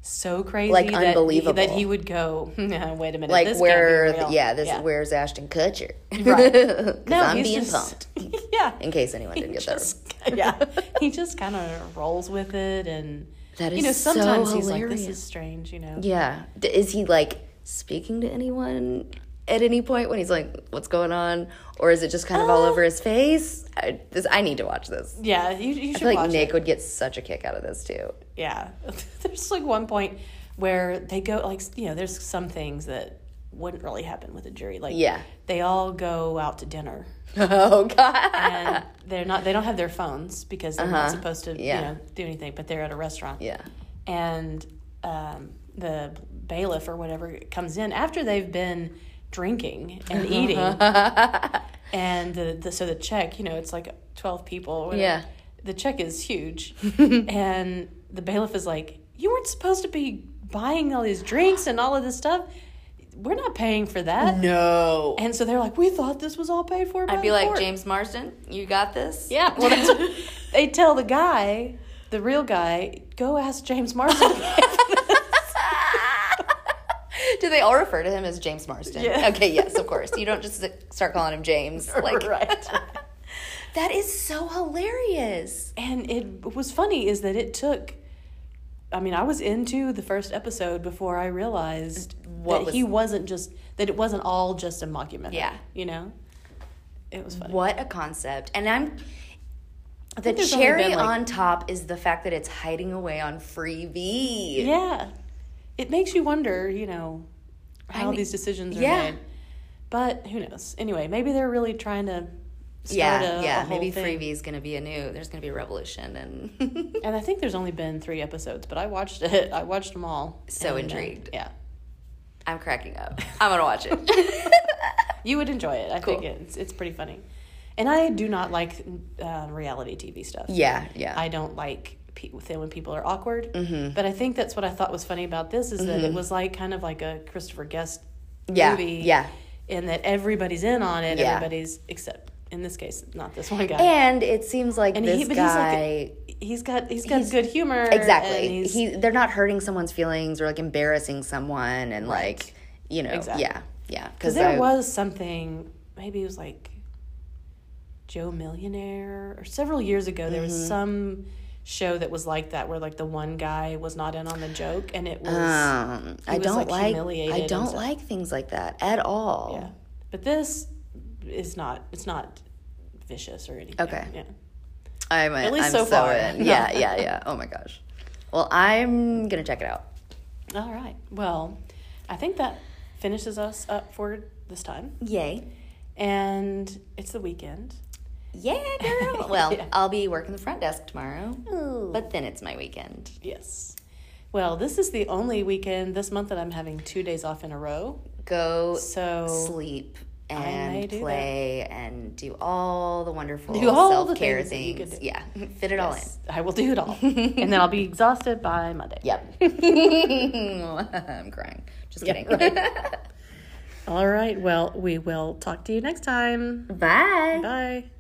so crazy
Like,
that he-
unbelievable.
that he would go. "Nah, Wait a minute,
Like
this can't be
where
real."
yeah, this where's Ashton Kutcher?
Right.
'Cause I'm
he's
being
just-
pumped.
yeah,
In case anyone didn't get that.
just yeah, he just kind of rolls with it, and
That is
you know
so
sometimes he's like, "This
hilarious.
is strange," you know.
Yeah. D- Is he like speaking to anyone at any point when he's like, "What's going on?" Or is it just kind of all
Uh,
over his face? I, this, I need to watch this.
Yeah, you, you
I
should
feel like
watch
Nick
it.
would get such a kick out of this too.
Yeah, there's like one point where they go like you know there's some things that wouldn't really happen with a jury. Like
Yeah.
they all go out to dinner
Oh God.
and they're not they don't have their phones because they're not
Uh-huh.
supposed to
Yeah.
you know do anything, but they're at a restaurant.
Yeah.
and um, the bailiff or whatever comes in after they've been drinking and eating, and the, the so the check, you know, it's like twelve people. or whatever.
Yeah.
the check is huge, and the bailiff is like, "You weren't supposed to be buying all these drinks and all of this stuff. We're not paying for that."
No.
And so they're like, "We thought this was all paid for." By
I'd be
the
like
court."
James Marsden. You got this.
Yeah, well, that's what they tell the guy, the real guy, go ask James Marsden.
Do they all refer to him as James Marsden?
Yeah.
Okay, yes, of course. You don't just start calling him James. Like
right.
that is so hilarious.
And it was funny is that it took. I mean, I was into the first episode before I realized
What
that
was-
he wasn't just that it wasn't all just a mockumentary.
Yeah.
you know, it was funny.
What a concept. And I'm the
there's only
cherry
been, like-
on top is the fact that it's hiding away on freebie.
Yeah, it makes you wonder, you know, how
mean,
these decisions are
yeah.
made. But who knows? Anyway, maybe they're really trying to. Start
Yeah,
a,
yeah.
a whole
Maybe
thing.
freebie is going to be a new. There's going to be a revolution, and
And I think there's only been three episodes, but I watched it. I watched them all.
So
And, uh,
intrigued.
yeah,
I'm cracking up. I'm gonna watch it.
you would enjoy it. I
Cool.
think it's it's pretty funny. And I do not like uh, reality TV stuff.
yeah, yeah.
I don't like pe- within when people are awkward.
Mm-hmm.
But I think that's what I thought was funny about this is that it was like kind of like a Christopher Guest
Yeah,
movie.
yeah.
And that everybody's in on it.
Yeah.
Everybody's except in this case, not this one guy.
and it seems like
And
this
he- but he's like-
guy.
he's got he's got good humor. and
exactly.
he's-
He. They're not hurting someone's feelings or like embarrassing someone, and like you know,
Exactly.
yeah, yeah.
Because
Because
there was something, maybe it was like Joe Millionaire or several years ago, there was some show that was like that where like the one guy was not in on the joke and it was.
Um, I
was,
don't
like,
like.
humiliated
I
and
don't
stuff.
like things like that at all.
yeah. But this is not, it's not vicious or anything.
Okay.
Yeah.
I'm a,
At least
I'm
so far.
in. Yeah, yeah, yeah. Oh my gosh. Well, I'm gonna check it out.
All right. Well, I think that finishes us up for this time.
Yay.
And it's the weekend.
Yeah, girl. Well,
Yeah.
I'll be working the front desk tomorrow,
Ooh.
but then it's my weekend.
Yes. Well, this is the only weekend this month that I'm having two days off in a row.
Go
So
sleep
may
and
do
play and do all the wonderful
Do all the
self care
things that you
things.
could do.
Yeah, fit it all in.
I will do it all. and then I'll be exhausted by Monday.
Yep. I'm crying. Just kidding.
All right. Well, we will talk to you next time.
Bye.
Bye.